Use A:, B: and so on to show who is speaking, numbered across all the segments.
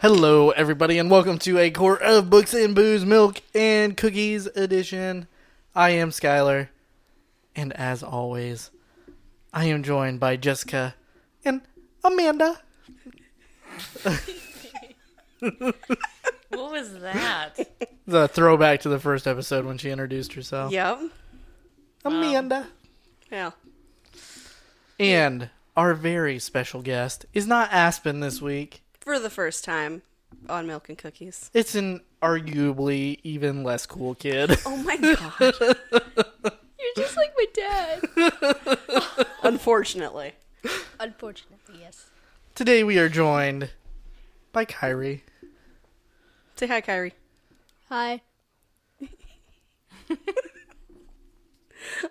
A: Hello, everybody, and welcome to a court of books and booze, milk and cookies edition. I am Skylar, and as always, I am joined by Jessica and Amanda.
B: What was that?
A: The throwback to the first episode when she introduced herself.
C: Yep.
A: Amanda.
C: Yeah.
A: And our very special guest is not Aspen this week.
C: For the first time on Milk and Cookies.
A: It's an arguably even less cool kid.
C: Oh my god.
B: You're just like my dad.
C: Unfortunately.
B: Unfortunately, yes.
A: Today we are joined by Kyrie.
C: Say hi, Kyrie.
B: Hi.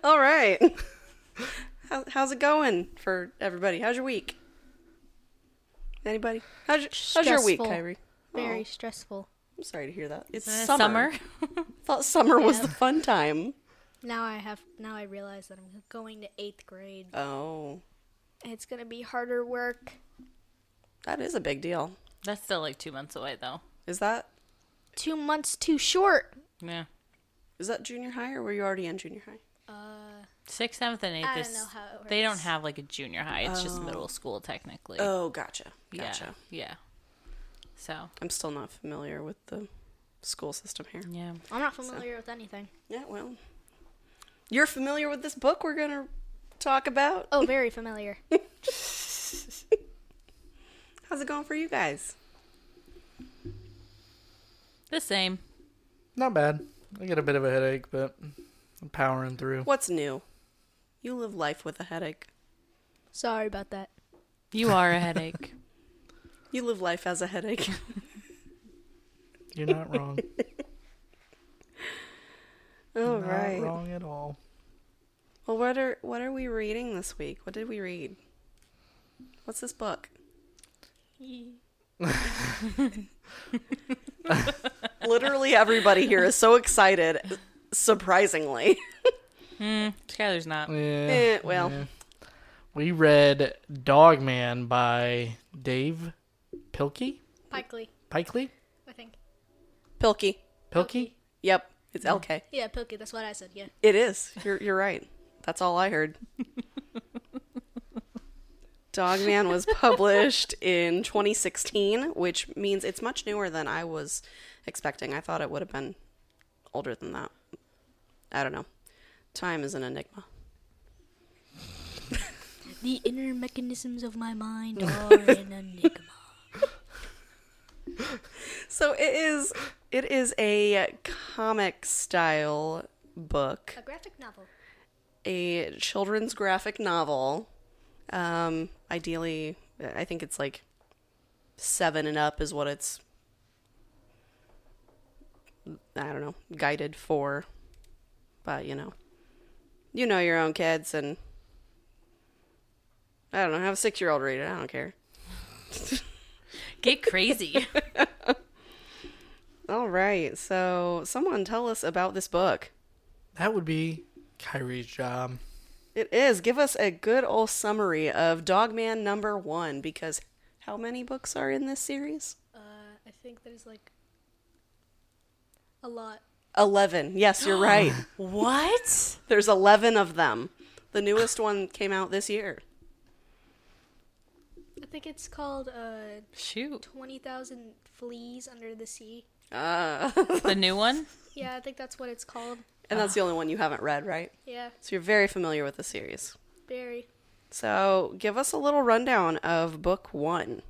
C: All right. How, how's it going for everybody? How's your week? Anybody? How's your, how's your week,
D: Stressful.
C: Kyrie?
D: Very stressful.
C: I'm sorry to hear that. It's
B: Isn't it
C: summer. Thought summer was
D: Yeah.
C: the fun time.
D: Now I have now I realize that I'm going to eighth grade.
C: Oh,
D: It's gonna be harder work.
C: that is a big deal.
B: That's still like two months away, though.
C: Is that
D: Two months too short.
B: Yeah.
C: is that junior high or were you already in junior high?
D: Uh,
B: Sixth, seventh, and eighth.
D: I
B: is,
D: don't know how it
B: They don't
D: works.
B: have like a junior high. It's just middle school, technically.
C: Oh, gotcha.
B: yeah.
C: Gotcha.
B: Yeah. So
C: I'm still not familiar with the school system here.
B: yeah.
D: I'm not familiar with anything.
C: Yeah, well, you're familiar with this book we're going to talk about.
D: Oh, very familiar.
C: How's it going for you guys?
B: The same.
A: Not bad. I get a bit of a headache, but I'm powering through.
C: What's new? You live life with a headache.
D: Sorry about that.
B: You are a headache.
C: You live life as a headache.
A: You're not wrong.
C: All
A: not
C: right.
A: wrong at all.
C: Well, what are what are we reading this week? What did we read? What's this book? Literally everybody here is so excited, surprisingly.
B: mm, Skylar's not.
A: Yeah.
C: Eh, well,
A: We read Dog Man by Dave Pilkey.
D: Pikely,
A: Pikely?
D: I think.
C: Pilkey.
A: Pilkey?
C: Yep, it's LK.
D: Yeah, Pilkey. That's what I said. Yeah.
C: It is. You're you're right. That's all I heard. Dogman was published in 2016, which means it's much newer than I was expecting. I thought it would have been older than that. I don't know. Time is an enigma.
D: The inner mechanisms of my mind are an enigma.
C: So it is it is a comic style book,
D: A graphic novel.
C: a children's graphic novel. Um ideally, I think it's like 7 and up is what it's I don't know, guided for. But you know, you know your own kids, and I don't know, have a six year old read it. I don't care.
B: Get crazy.
C: All right, so someone tell us about this book.
A: That would be Kyrie's job.
C: It is. Give us a good old summary of Dogman number one because how many books are in this series?
D: Uh, I think there's like a lot.
C: 11. Yes, you're right.
B: what?
C: There's 11 of them. The newest one came out this year.
D: I think it's called uh,
B: Shoot.
D: Twenty Thousand Fleas Under the Sea.
C: Uh,
B: The new one.
D: Yeah, I think that's what it's called.
C: and that's the only one you haven't read, right?
D: Yeah,
C: So you're very familiar with the series.
D: very.
C: So give us a little rundown of book one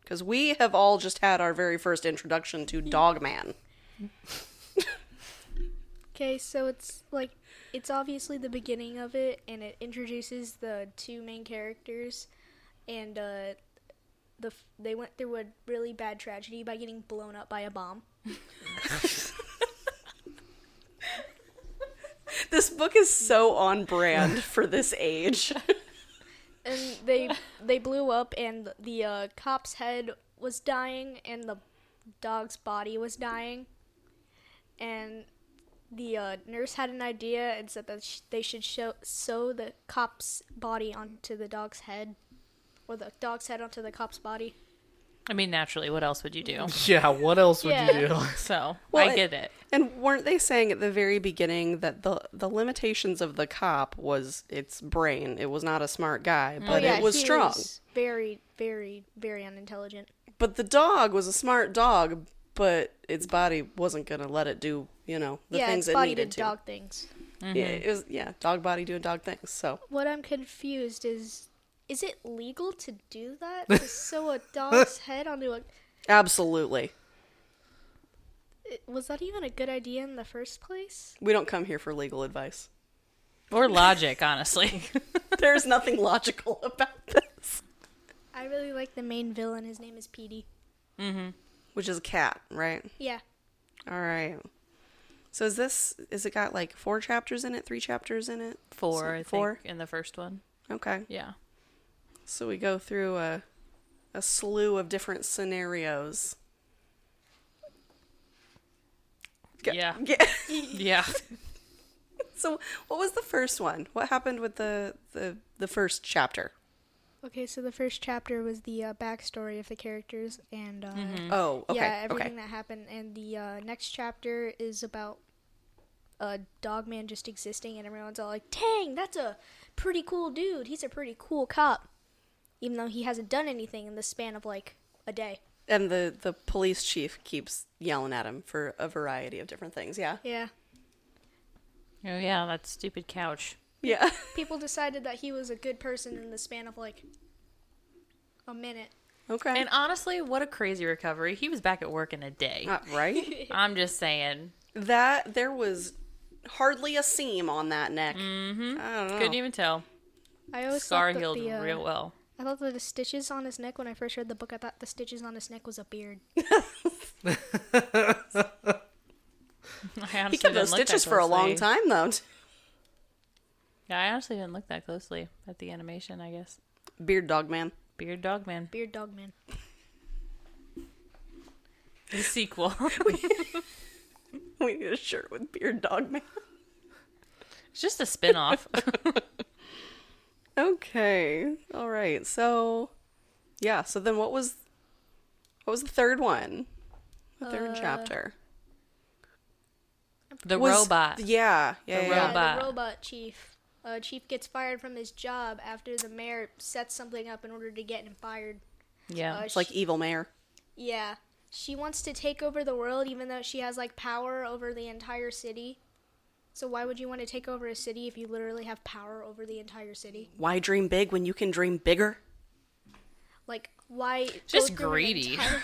C: because we have all just had our very first introduction to Dogman.
D: Okay, so it's like it's obviously the beginning of it, and it introduces the two main characters, and uh, the f- they went through a really bad tragedy by getting blown up by a bomb.
C: This book is so on brand for this age.
D: and they they blew up and the uh, cop's head was dying and the dog's body was dying and the uh, nurse had an idea and said that sh- they should show sew the cop's body onto the dog's head or the dog's head onto the cop's body
B: I mean, naturally, what else would you do?
A: Yeah, what else would you
D: Yeah.
A: do?
B: So
C: Well,
B: I get it.
C: And weren't they saying at the very beginning that the the limitations of the cop was its brain? It was not a smart guy, but
D: yeah,
C: it was
D: he
C: strong.
D: very, very, very unintelligent.
C: But the dog was a smart dog, but its body wasn't gonna let it do you know the
D: yeah,
C: things
D: its
C: it
D: body
C: needed
D: did
C: to.
D: dog things.
C: Yeah, it was yeah, dog body doing dog things. So
D: What I'm confused is, is it legal to do that? to sew a dog's head onto a
C: absolutely,
D: it- was that even a good idea in the first place?
C: we don't come here for legal advice.
B: Or logic, honestly.
C: There's nothing logical about this.
D: I really like the main villain. His name is Petey.
C: Which is a cat, right?
D: Yeah,
C: All right. So is this is it got like four chapters in it, three chapters in it?
B: Four, I think,
C: Four?
B: in the first one.
C: Okay.
B: Yeah.
C: So we go through a a slew of different scenarios. Go-
B: Yeah.
C: Yeah.
B: Yeah.
C: So what was the first one? What happened with the the, the first chapter?
D: Okay, so the first chapter was the uh, backstory of the characters and uh,
C: Oh, okay.
D: yeah, everything
C: okay.
D: that happened. And the uh, next chapter is about a dogman just existing, and everyone's all like, "Dang, that's a pretty cool dude. He's a pretty cool cop," even though he hasn't done anything in the span of like a day.
C: And the the police chief keeps yelling at him for a variety of different things. Yeah.
D: Yeah,
B: Oh, yeah, that stupid couch.
C: Yeah.
D: people decided that he was a good person in the span of like a minute.
C: okay.
B: And honestly, what a crazy recovery. He was back at work in a day.
C: Uh, right?
B: I'm just saying.
C: that there was hardly a seam on that neck.
D: Mm,
C: Mm-hmm. I don't know.
B: Couldn't even tell.
D: I always
B: Scar
D: thought that
B: healed
D: the, uh,
B: real well.
D: I thought that the stitches on his neck when I first read the book. I thought the stitches on his neck was a beard.
B: I
C: He
B: honestly
C: kept
B: didn't
C: those
B: look that
C: stitches for a long
B: closely.
C: time though.
B: Yeah, I honestly didn't look that closely at the animation, I guess.
C: Beard dog man.
B: Beard Dog Man.
D: Beard dog man.
B: The sequel.
C: We need a shirt with beard dog man.
B: it's just a spin off.
C: Okay. All right. So yeah, so then what was what was the third one? The third
D: Uh,
C: chapter.
B: the
C: Was-
B: robot.
C: Yeah. Yeah.
B: The
C: yeah, yeah.
B: robot.
D: Uh, the robot chief. Uh, chief gets fired from his job after the mayor sets something up in order to get him fired.
B: Yeah.
D: Uh,
C: It's like
D: she-
C: evil mayor.
D: yeah, she wants to take over the world, even though she has like power over the entire city. So why would you want to take over a city if you literally have power over the entire city?
C: Why dream big when you can dream bigger?
D: Like why? go
B: Just
D: through an
B: greedy.
D: entire-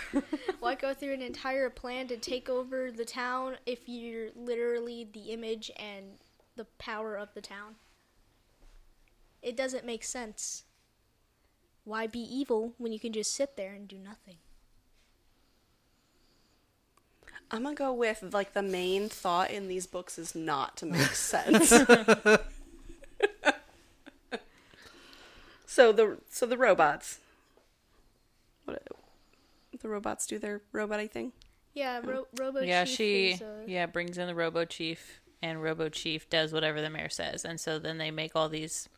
D: why go through an entire plan to take over the town if you're literally the image and the power of the town? It doesn't make sense. Why be evil when you can just sit there and do nothing?
C: I'm gonna go with like the main thought in these books is not to make sense. so the so the robots. What the robots do their robot thing?
D: Yeah, ro- Robo
B: yeah,
D: Chief
B: she
D: is, uh,
B: yeah brings in the Robo Chief, and Robo Chief does whatever the mayor says, and so then they make all these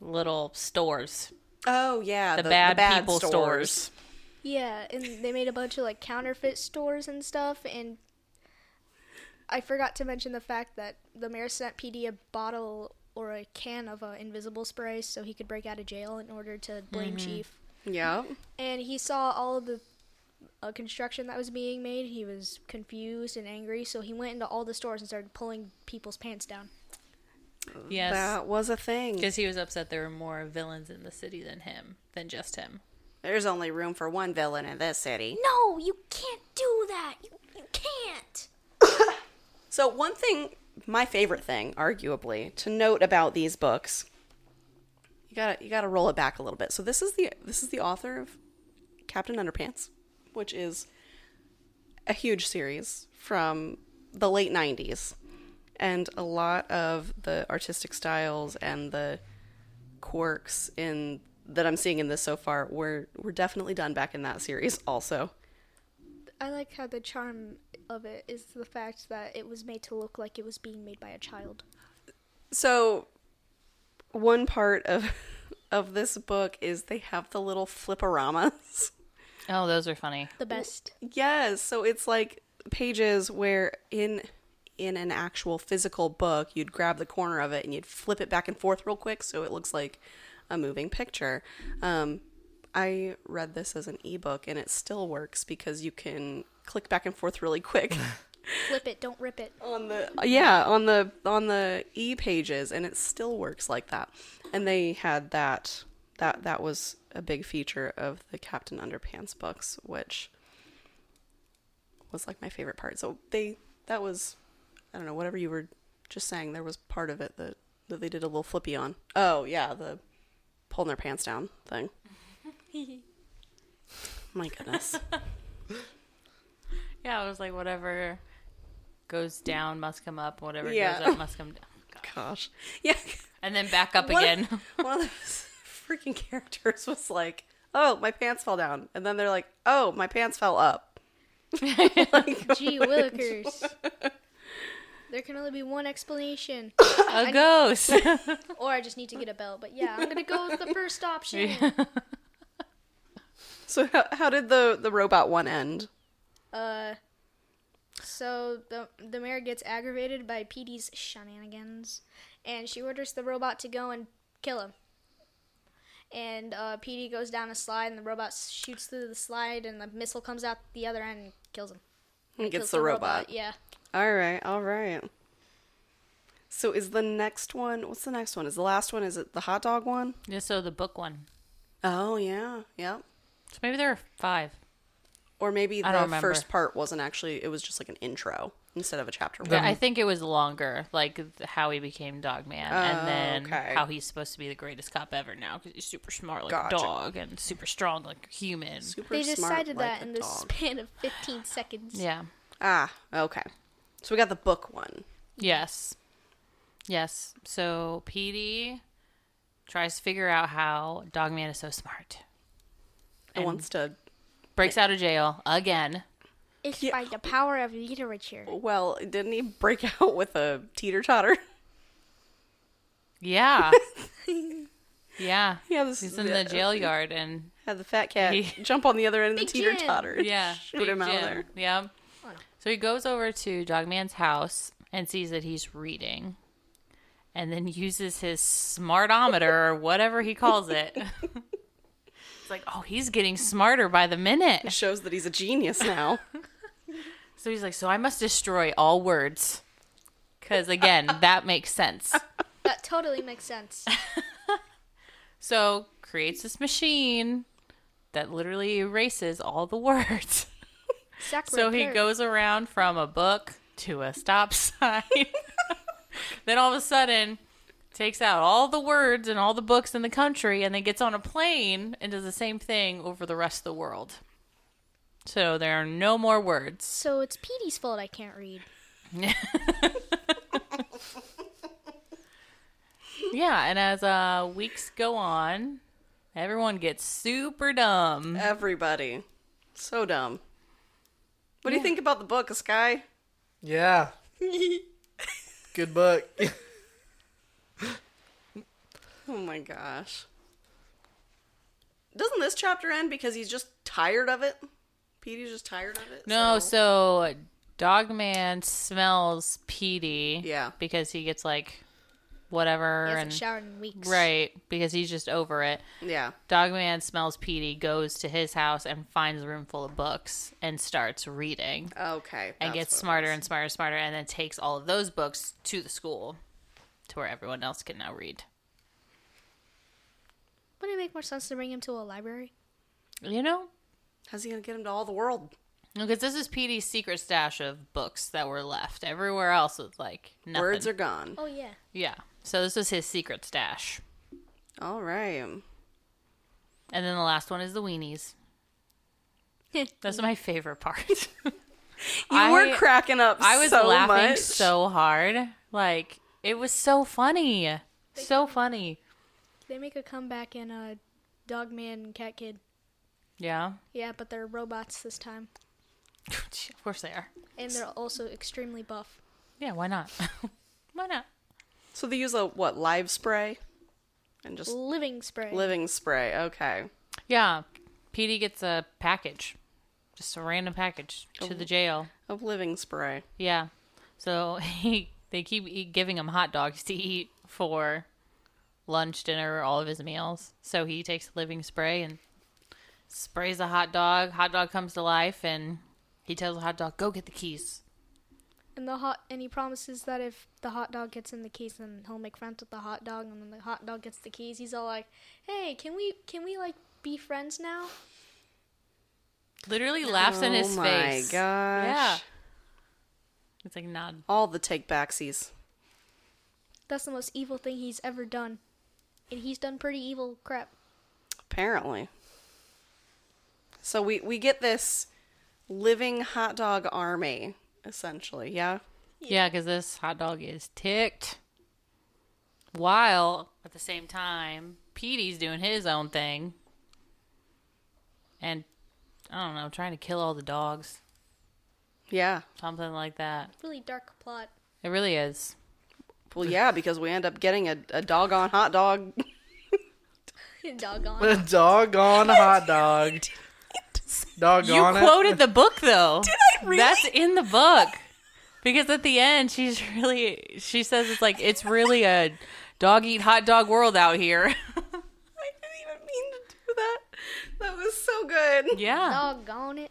B: little stores,
C: Oh yeah,
B: the, bad, people stores.
D: Yeah, and they made a bunch of like counterfeit stores and stuff. And I forgot to mention the fact that the mayor sent PD a bottle or a can of uh, invisible spray so he could break out of jail in order to blame Chief.
C: Yeah.
D: And he saw all of the uh, construction that was being made. He was confused and angry, so he went into all the stores and started pulling people's pants down.
B: Yes,
C: That was a thing.
B: because he was upset there were more villains in the city than him, than just him.
C: There's only room for one villain in this city.
D: No, you can't do that. You, you can't.
C: So, one thing, my favorite thing, arguably, to note about these books, you gotta you gotta roll it back a little bit. So this is the this is the author of Captain Underpants, which is a huge series from the late '90s, and a lot of the artistic styles and the quirks in that I'm seeing in this so far were were definitely done back in that series. Also,
D: I like how the charm of it is the fact that it was made to look like it was being made by a child.
C: so one part of of this book is they have the little flipporamas
B: Oh, those are funny.
D: The best.
C: Yes, so it's like pages where in in an actual physical book, you'd grab the corner of it and you'd flip it back and forth real quick so it looks like a moving picture. Um, I read this as an ebook and it still works because you can click back and forth really quick
D: Flip it, don't rip it.
C: on the yeah on the on the e pages and it still works like that and they had that that that was a big feature of the captain underpants books which was like my favorite part so they that was i don't know whatever you were just saying there was part of it that that they did a little flippy on oh yeah the pulling their pants down thing my goodness
B: Yeah, it was like whatever goes down must come up, whatever
C: Yeah.
B: goes up must come down. God.
C: gosh yeah
B: And then back up
C: One of-
B: again.
C: one of those freaking characters was like, "Oh, my pants fell down," and then they're like, "Oh, my pants fell up." like,
D: Gee willikers. there can only be one explanation.
B: a ghost.
D: Or I just need to get a belt. But yeah, I'm gonna go with the first option.
C: so how, how did the the robot one end?
D: Uh, so the the mayor gets aggravated by PD's shenanigans, and she orders the robot to go and kill him. And uh, PD goes down a slide, and the robot shoots through the slide, and the missile comes out the other end and kills him.
C: It
D: Kills
C: gets the robot.
D: Yeah.
C: All right, all right. So is the next one? What's the next one? Is the last one? Is it the hot dog one?
B: Just so the book one.
C: Oh yeah, yep.
B: So maybe there are five.
C: Or maybe
B: I don't
C: the
B: remember.
C: first part wasn't actually. It was just like an intro instead of a chapter.
B: Yeah,
C: one.
B: I think it was longer, like th- how he became Dog Man, and then
C: okay.
B: how he's supposed to be the greatest cop ever now because he's super smart like
C: Gotcha.
B: a dog and super strong like a human.
C: Super
D: They
C: smart
D: decided
C: like
D: that
C: a
D: in the
C: dog.
D: span of 15 seconds.
B: Yeah.
C: Ah, okay. So we got the book one.
B: Yes. Yes. So Petey tries to figure out how Dog Man is so smart.
C: It wants to
B: Breaks out of jail again.
D: It's by the power of literature.
C: Well, didn't he break out with a teeter totter?
B: Yeah. yeah.
C: Yeah, this
B: He's in the jail yard and
C: Had the fat cat
B: He-
C: jump on the other end of the
D: Big
C: teeter
D: Jim.
C: totter.
B: yeah,
C: shoot
B: Big
C: him out of
B: Jim.
C: there.
B: Yeah.
D: Oh, no.
B: So he goes over to Dogman's house and sees that he's reading, and then uses his smartometer or whatever he calls it. it's like, oh, he's getting smarter by the minute.
C: Shows that he's a genius now.
B: So he's like, so I must destroy all words, because again, that makes sense.
D: That totally makes sense.
B: So creates this machine that literally erases all the words.
D: Exactly.
B: So he goes around from a book to a stop sign. then all of a sudden takes out all the words and all the books in the country and then gets on a plane and does the same thing over the rest of the world. So there are no more words.
D: So it's Petey's fault I can't read.
B: Yeah, and as uh weeks go on, everyone gets super dumb.
C: Everybody. So dumb. What do you think about the book, Sky?
A: Yeah. Good book.
C: Oh my gosh. Doesn't this chapter end because he's just tired of it? Petey's just tired of it?
B: No, so Dogman smells Petey.
C: Yeah.
B: Because he gets like whatever
D: He hasn't
B: and
D: showered in weeks.
B: Right, because he's just over it.
C: Yeah.
B: Dogman smells Petey, goes to his house and finds a room full of books and starts reading
C: Okay.
B: and
C: that's
B: gets
C: what-
B: smarter and smarter and smarter and then takes all of those books to the school to where everyone else can now read.
D: Wouldn't it make more sense to bring him to a library?
B: You know?
C: How's he going to get him to all the world?
B: Because this is Petey's secret stash of books that were left. Everywhere else was like nothing.
C: Words are gone.
D: Oh yeah.
B: yeah. So this is his secret stash.
C: All right.
B: And then the last one is the weenies. That's my favorite part.
C: You
B: I-
C: were cracking up.
B: I was
C: so
B: laughing
C: much.
B: so hard. Like it was so funny. So funny.
D: They make a comeback in uh, Dog Man and Cat Kid.
B: Yeah.
D: Yeah, but they're robots this time,
B: of course they are.
D: and they're also extremely buff.
B: Yeah, why not? why not?
C: So they use a what live spray, and just
D: Living spray.
C: living spray. Okay.
B: Yeah. Petey gets a package, just a random package to the jail.
C: Of living spray.
B: Yeah. So he they keep eat, giving him hot dogs to eat for lunch, dinner, all of his meals. So he takes a living spray and sprays a hot dog. Hot dog comes to life and he tells the hot dog, "Go get the keys."
D: And the hot and he promises that if the hot dog gets in the keys, then he'll make friends with the hot dog. And when the hot dog gets the keys, he's all like, "Hey, can we can we like be friends now?"
B: Literally laughs in his
C: oh
B: face.
C: my gosh.
B: Yeah. It's like nod.
C: All the take backsies.
D: That's the most evil thing he's ever done, and he's done pretty evil crap.
C: Apparently. So we, we get this living hot dog army, essentially, yeah?
B: Yeah, because this hot dog is ticked. While at the same time, Petey's doing his own thing. And I don't know, trying to kill all the dogs.
C: Yeah.
B: Something like that.
D: Really dark plot.
B: It really is.
C: Well, yeah, because we end up getting a, a doggone hot dog.
D: Doggone.
A: A doggone hot dog.
B: You
A: Doggone it.
B: quoted the book though. Did I really? That's in the book. Because at the end she's really she says it's like it's really a dog eat hot dog world out here.
C: I didn't even mean to do that. That was so good.
B: yeah.
D: Doggone it.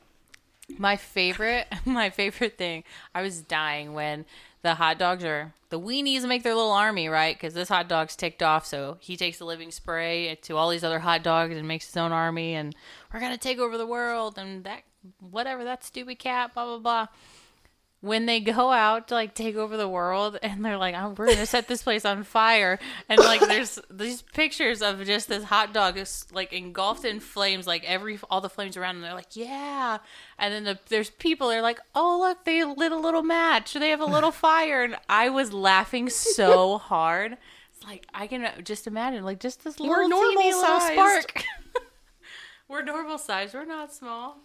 B: My favorite, my favorite thing. I was dying when the hot dogs are the weenies make their little army, right? Because this hot dog's ticked off, so he takes the living spray to all these other hot dogs and makes his own army, and we're gonna take over the world and that whatever that stupid cat, blah blah blah. When they go out to like take over the world, and they're like, oh, "We're gonna set this place on fire," and like there's these pictures of just this hot dog is like engulfed in flames, like every all the flames around, and they're like, "Yeah," and then the, there's people they're like, "Oh look, they lit a little match, they have a little fire," and I was laughing so hard. It's like I can just imagine, like just this little teeny little
C: normal-sized.
B: spark. We're normal size. We're not small.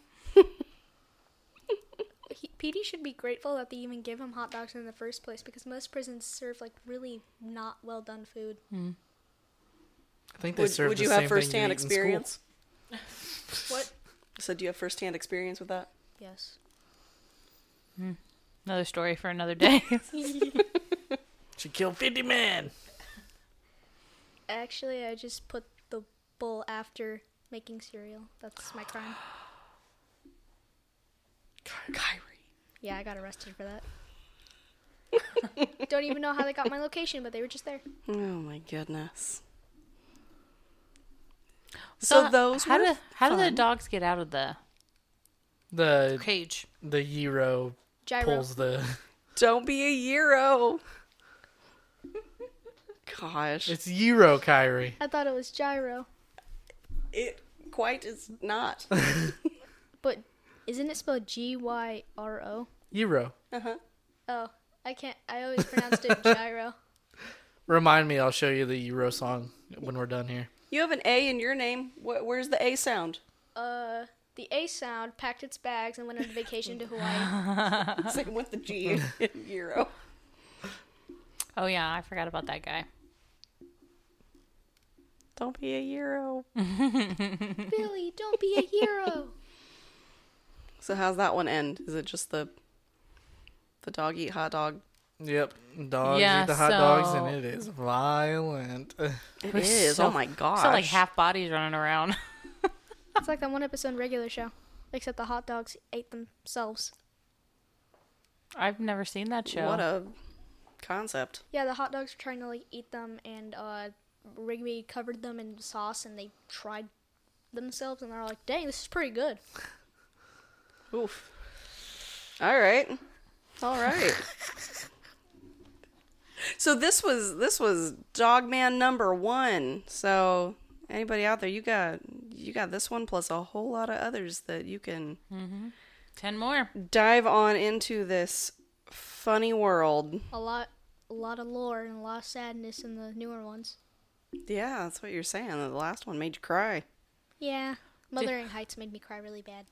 D: He, PD should be grateful that they even give him hot dogs in the first place because most prisons serve like really not well done food.
A: I think they
C: Would-
A: serve
C: would
A: the
C: you
A: same thing
C: have firsthand
A: eat in school.
C: experience?
D: What?
C: So, do you have firsthand experience with that?
D: Yes.
B: Another story for another day.
A: She killed 50 men.
D: Actually, I just put the bull after making cereal. That's my crime.
C: Kyrie.
D: Yeah, I got arrested for that. Don't even know how they got my location, but they were just there.
C: Oh my goodness.
B: h- how do how do the dogs get out of the
A: The
B: cage?
A: the gyro
D: Gyro.
A: pulls the.
C: Don't be a Euro. Gosh,
A: It's gyro, Kyrie.
D: I thought it was gyro,
C: it quite is not.
D: but isn't it spelled G Y R O?
A: Gyro.
D: Oh, I can't. I always pronounced it gyro.
A: Remind me, I'll show you the gyro song when we're done here.
C: You have an A in your name. Wh- Where's the A sound?
D: Uh, the A sound packed its bags and went on vacation to Hawaii.
C: Same with the G in Euro.
B: Oh yeah, I forgot about that guy.
C: Don't be a Euro.
D: Billy, don't be a hero.
C: So how's that one end? Is it just the the dog eat hot dog?
A: Yep. Dogs
B: Yeah,
A: eat the hot dogs,
B: so-
A: and it is violent.
C: It
B: We're
C: is.
B: so-
C: oh my gosh.
B: So like half bodies running around.
D: It's like that one episode in regular show, except the hot dogs ate themselves.
B: I've never seen that show.
C: What a concept.
D: Yeah, the hot dogs were trying to like eat them, and uh, Rigby covered them in sauce, and they tried themselves, and they're like, "Dang, this is pretty good."
C: Oof. All right. All right. so this was this was Dogman number 1. So anybody out there, you got you got this one plus a whole lot of others that you can
B: Ten more.
C: dive on into this funny world.
D: A lot, a lot of lore and a lot of sadness in the newer ones.
C: Yeah, that's what you're saying. The last one made you cry.
D: Yeah, Mothering Heights made me cry really bad.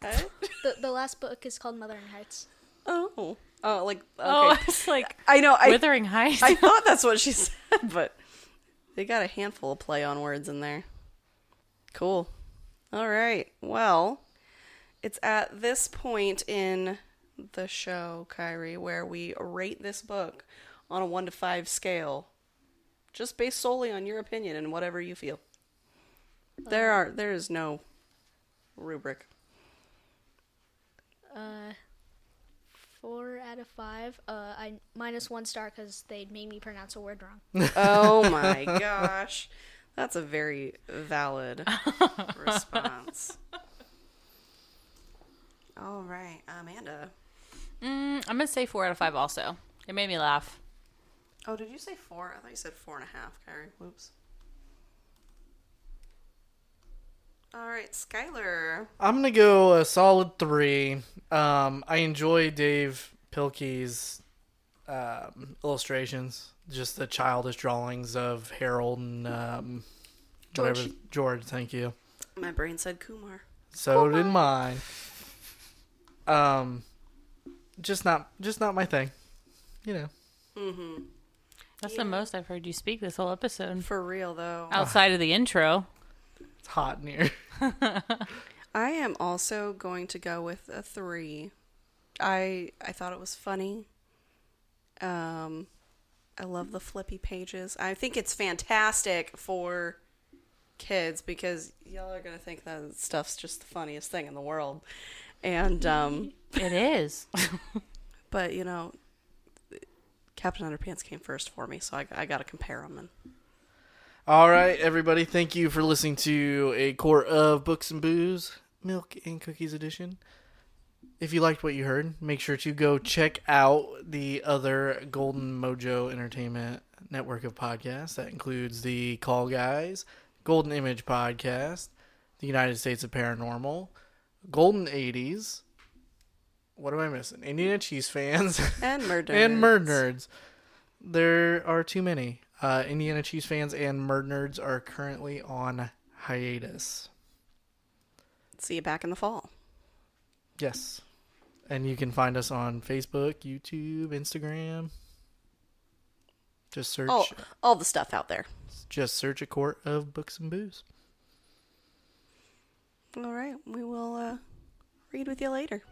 D: The the last book is called Mothering Heights.
C: oh. Oh, like okay.
B: Oh, it's like
C: I know I
B: Withering Heights.
C: I thought that's what she said, but They got a handful of play on words in there. Cool. All right. Well, it's at this point in the show, Kyrie, where we rate this book on a one to five scale, just based solely on your opinion and whatever you feel. There are there is no rubric.
D: Uh, four out of five. Uh, I minus one star because they made me pronounce a word wrong.
C: Oh my gosh. That's a very valid response. All right, Amanda.
B: Mm, I'm gonna say four out of five. Also, it made me laugh.
C: Oh, did you say four? I thought you said four and a half, Kyrie. Whoops. All right, Skylar.
A: I'm gonna go a solid three. Um, I enjoy Dave Pilkey's um, illustrations, just the childish drawings of Harold and um, whatever
D: George.
A: George. Thank you.
C: My brain said Kumar.
A: So did mine. Um, just not, just not my thing. You know,
B: That's the most I've heard you speak this whole episode.
C: For real, though.
B: Outside of the intro,
A: it's hot in here.
C: I am also going to go with a three. I I thought it was funny. Um, I love the flippy pages. I think it's fantastic for kids because y'all are gonna think that stuff's just the funniest thing in the world. And um,
B: it is.
C: but you know, Captain Underpants came first for me, so I, I got to compare them. And
A: All right, everybody. Thank you for listening to a core of books and booze, milk and cookies edition. If you liked what you heard, make sure to go check out the other Golden Mojo Entertainment network of podcasts. That includes the Call Guys, Golden Image Podcast, the United States of Paranormal, Golden 80s. What am I missing? Indiana Cheese fans.
C: and murder
A: And Murd Nerds. There are too many. Uh, Indiana Cheese fans and Murd Nerds are currently on hiatus.
C: See you back in the fall.
A: Yes. And you can find us on Facebook, YouTube, Instagram. Just search
C: All all the stuff out there.
A: just search a court of books and booze.
C: All right, we will uh, read with you later.